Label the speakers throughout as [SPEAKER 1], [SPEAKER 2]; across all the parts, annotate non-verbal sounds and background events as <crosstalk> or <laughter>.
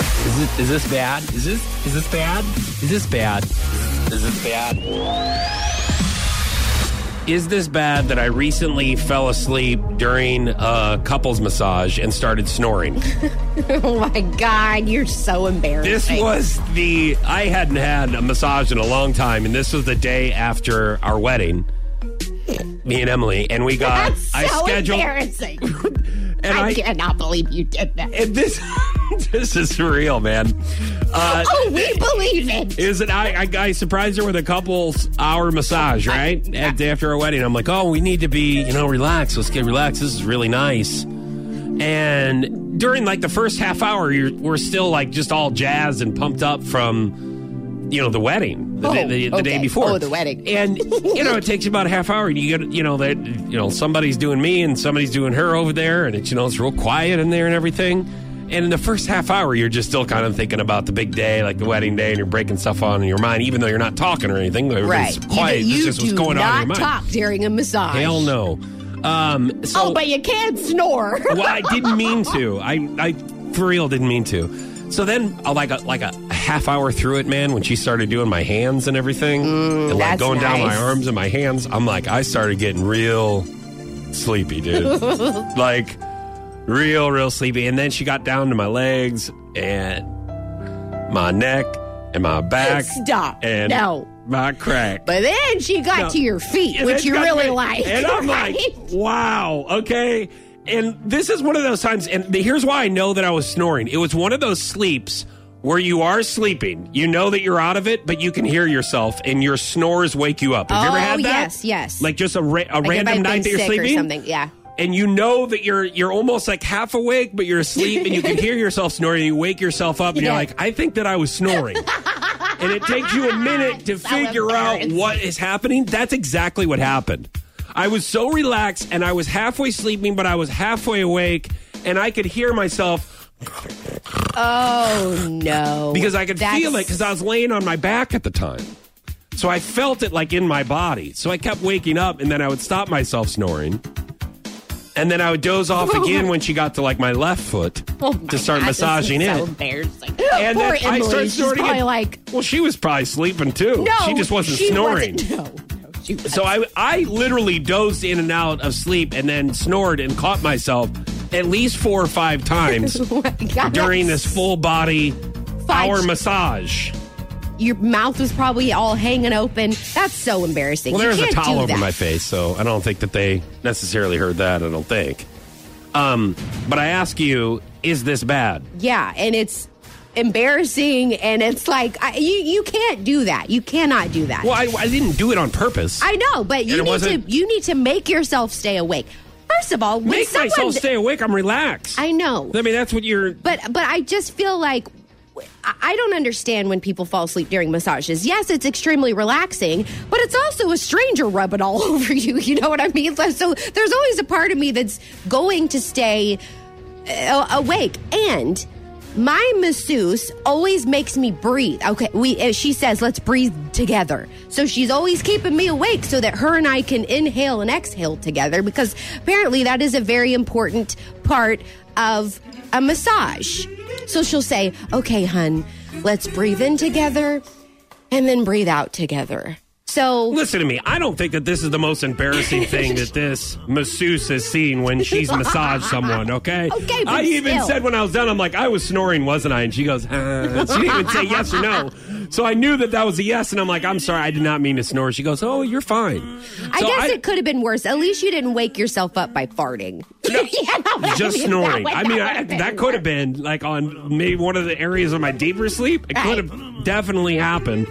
[SPEAKER 1] Is it? Is this bad? Is this? Is this bad? Is this bad? Is this bad?
[SPEAKER 2] Is this bad that I recently fell asleep during a couples massage and started snoring?
[SPEAKER 3] <laughs> Oh my God, you're so embarrassing.
[SPEAKER 2] This was the I hadn't had a massage in a long time, and this was the day after our wedding. Me and Emily, and we got
[SPEAKER 3] That's so
[SPEAKER 2] uh, I scheduled <laughs>
[SPEAKER 3] embarrassing.
[SPEAKER 2] and
[SPEAKER 3] I,
[SPEAKER 2] I,
[SPEAKER 3] cannot believe you did that.
[SPEAKER 2] and this <laughs> this is real, man. Uh,
[SPEAKER 3] oh, we believe it.
[SPEAKER 2] Is it? I, I I surprised her with a couple hour massage, right? At, after our wedding, I'm like, oh, we need to be, you know, relaxed. Let's get relaxed. This is really nice. And during like the first half hour, you're, we're still like just all jazzed and pumped up from, you know, the wedding the, day,
[SPEAKER 3] Oh,
[SPEAKER 2] the, the day
[SPEAKER 3] okay.
[SPEAKER 2] before.
[SPEAKER 3] Oh, the wedding.
[SPEAKER 2] And you know, it takes you about a half hour, and you get, you know, that you know somebody's doing me and somebody's doing her over there, and it's you know it's real quiet in there and everything. And in the first half hour, you're just still kind of thinking about the big day, like the wedding day, and you're breaking stuff on in your mind, even though you're not talking or anything. Everybody's
[SPEAKER 3] Right. You-
[SPEAKER 2] quiet.
[SPEAKER 3] You,
[SPEAKER 2] it's just what's
[SPEAKER 3] do
[SPEAKER 2] going
[SPEAKER 3] not
[SPEAKER 2] on in your mind.
[SPEAKER 3] talk during a massage.
[SPEAKER 2] Hell no. Um, so,
[SPEAKER 3] Oh, but you can snore.
[SPEAKER 2] well, I didn't mean to. I, I for real didn't mean to. So then, uh, like a like a half hour through it, man, when she started doing my hands and everything, and like
[SPEAKER 3] Mm, that's
[SPEAKER 2] going down my
[SPEAKER 3] nice.
[SPEAKER 2] arms and my hands, I'm like, I started getting real sleepy,
[SPEAKER 3] <laughs>
[SPEAKER 2] dude. like real, real sleepy. And then she got down to my legs and my neck and my back.
[SPEAKER 3] Stop.
[SPEAKER 2] And
[SPEAKER 3] No.
[SPEAKER 2] my crack.
[SPEAKER 3] <laughs> but then she got
[SPEAKER 2] No.
[SPEAKER 3] to your feet,
[SPEAKER 2] And
[SPEAKER 3] which
[SPEAKER 2] then
[SPEAKER 3] you
[SPEAKER 2] got
[SPEAKER 3] really
[SPEAKER 2] me-
[SPEAKER 3] like.
[SPEAKER 2] And I'm
[SPEAKER 3] <laughs> right?
[SPEAKER 2] like, wow, okay. And this is one of those times, and the, here's why I know that I was snoring. It was one of those sleeps where you are sleeping, you know that you're out of it, but you can hear yourself, and your snores wake you up. Have you ever
[SPEAKER 3] Oh,
[SPEAKER 2] had that?
[SPEAKER 3] yes, yes.
[SPEAKER 2] Like just a, ra- a
[SPEAKER 3] Like if I've
[SPEAKER 2] random
[SPEAKER 3] been
[SPEAKER 2] night that you're
[SPEAKER 3] sick
[SPEAKER 2] sleeping,
[SPEAKER 3] or something. Yeah.
[SPEAKER 2] and you know that you're you're almost like half awake, but you're asleep, and you can hear yourself <laughs> snoring. And you wake yourself up, and you're
[SPEAKER 3] Yeah.
[SPEAKER 2] like, I think that I was snoring. and it takes you a minute to
[SPEAKER 3] So
[SPEAKER 2] figure out
[SPEAKER 3] embarrassing.
[SPEAKER 2] what is happening. That's exactly what happened. I was so relaxed, and I was halfway sleeping, but I was halfway awake, and I could hear myself
[SPEAKER 3] Oh no.
[SPEAKER 2] because I could
[SPEAKER 3] That's-
[SPEAKER 2] feel it because I was laying on my back at the time. So I felt it like in my body. So I kept waking up and then I would stop myself snoring. And then I would doze
[SPEAKER 3] <laughs>
[SPEAKER 2] off again when she got to like my left foot
[SPEAKER 3] Oh my
[SPEAKER 2] to start
[SPEAKER 3] God, this is
[SPEAKER 2] massaging it.
[SPEAKER 3] So embarrassing.
[SPEAKER 2] and
[SPEAKER 3] Poor
[SPEAKER 2] then
[SPEAKER 3] Emily.
[SPEAKER 2] I started
[SPEAKER 3] She's
[SPEAKER 2] snorting.
[SPEAKER 3] probably
[SPEAKER 2] and-
[SPEAKER 3] like,
[SPEAKER 2] well, she was probably sleeping too.
[SPEAKER 3] no,
[SPEAKER 2] she just wasn't
[SPEAKER 3] she
[SPEAKER 2] snoring.
[SPEAKER 3] Wasn't, <laughs> no, no, she wasn't.
[SPEAKER 2] So I, I literally dozed in and out of sleep and then snored and caught myself at least four or five
[SPEAKER 3] <laughs>
[SPEAKER 2] times
[SPEAKER 3] Oh my
[SPEAKER 2] <laughs>
[SPEAKER 3] God,
[SPEAKER 2] during
[SPEAKER 3] that's
[SPEAKER 2] this full body
[SPEAKER 3] five-
[SPEAKER 2] hour massage.
[SPEAKER 3] your mouth was probably all hanging open. That's so embarrassing.
[SPEAKER 2] Well,
[SPEAKER 3] You
[SPEAKER 2] there was a
[SPEAKER 3] can't
[SPEAKER 2] towel
[SPEAKER 3] do
[SPEAKER 2] over
[SPEAKER 3] that.
[SPEAKER 2] my face, so I don't think that they necessarily heard that. I don't think. Um, but I ask you, is this bad?
[SPEAKER 3] Yeah, and it's embarrassing, and it's like I, you you can't do that. You cannot do that.
[SPEAKER 2] Well, I, I didn't do it on purpose.
[SPEAKER 3] I know, but
[SPEAKER 2] it
[SPEAKER 3] you need to
[SPEAKER 2] wasn't-
[SPEAKER 3] you need to make yourself stay awake. First of all, when
[SPEAKER 2] Make
[SPEAKER 3] someone,
[SPEAKER 2] myself stay awake. I'm relaxed.
[SPEAKER 3] I know,
[SPEAKER 2] I mean, that's what you're.
[SPEAKER 3] but but I just feel like. I- I don't understand when people fall asleep during massages. Yes, it's extremely relaxing, but it's also a stranger rubbing all <laughs> over you. You know what I mean? So, so there's always a part of me that's going to stay uh, awake. And my masseuse always makes me breathe. Okay, we uh, she says let's breathe together. So she's always keeping me awake so that her and I can inhale and exhale together because apparently that is a very important part of a massage. So she'll say, "Okay, hun, let's breathe in together and then breathe out together." So
[SPEAKER 2] Listen to me. I don't think that this is the most embarrassing thing
[SPEAKER 3] <laughs>
[SPEAKER 2] that this masseuse has seen when she's massaged someone. Okay.
[SPEAKER 3] <laughs> Okay, but
[SPEAKER 2] I even
[SPEAKER 3] still.
[SPEAKER 2] said when I was done, I'm like, I was snoring, wasn't I? And she goes, uh, she didn't even say yes or no. So I knew that that was a yes, and I'm like, I'm sorry, I did not mean to snore. She goes, Oh, you're fine.
[SPEAKER 3] I
[SPEAKER 2] So
[SPEAKER 3] guess it could have been worse. At least you didn't wake yourself up by farting. <laughs> You know what I
[SPEAKER 2] just
[SPEAKER 3] mean?
[SPEAKER 2] snoring.
[SPEAKER 3] That
[SPEAKER 2] I
[SPEAKER 3] would-
[SPEAKER 2] mean,
[SPEAKER 3] that
[SPEAKER 2] I,
[SPEAKER 3] would've been
[SPEAKER 2] that could have been like on maybe one of the areas of my deeper sleep. It
[SPEAKER 3] Right.
[SPEAKER 2] could have definitely happened.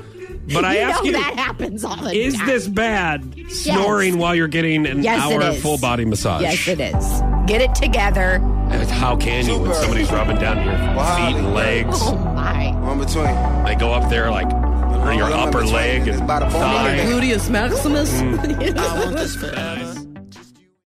[SPEAKER 2] But I
[SPEAKER 3] you
[SPEAKER 2] ask
[SPEAKER 3] know
[SPEAKER 2] you,
[SPEAKER 3] that happens all the
[SPEAKER 2] is
[SPEAKER 3] time.
[SPEAKER 2] this bad? Snoring while you're getting an
[SPEAKER 3] Yes, it
[SPEAKER 2] hour
[SPEAKER 3] is.
[SPEAKER 2] full body massage.
[SPEAKER 3] Yes, it is. Get it together.
[SPEAKER 2] And How can you when somebody's rubbing down your feet and legs?
[SPEAKER 3] Oh my.
[SPEAKER 4] One between.
[SPEAKER 2] They go up there like your upper leg and
[SPEAKER 4] Bottom
[SPEAKER 2] thigh.
[SPEAKER 4] leg.
[SPEAKER 5] Gluteus maximus.
[SPEAKER 2] Mm.
[SPEAKER 4] I want this fat.
[SPEAKER 2] Guys.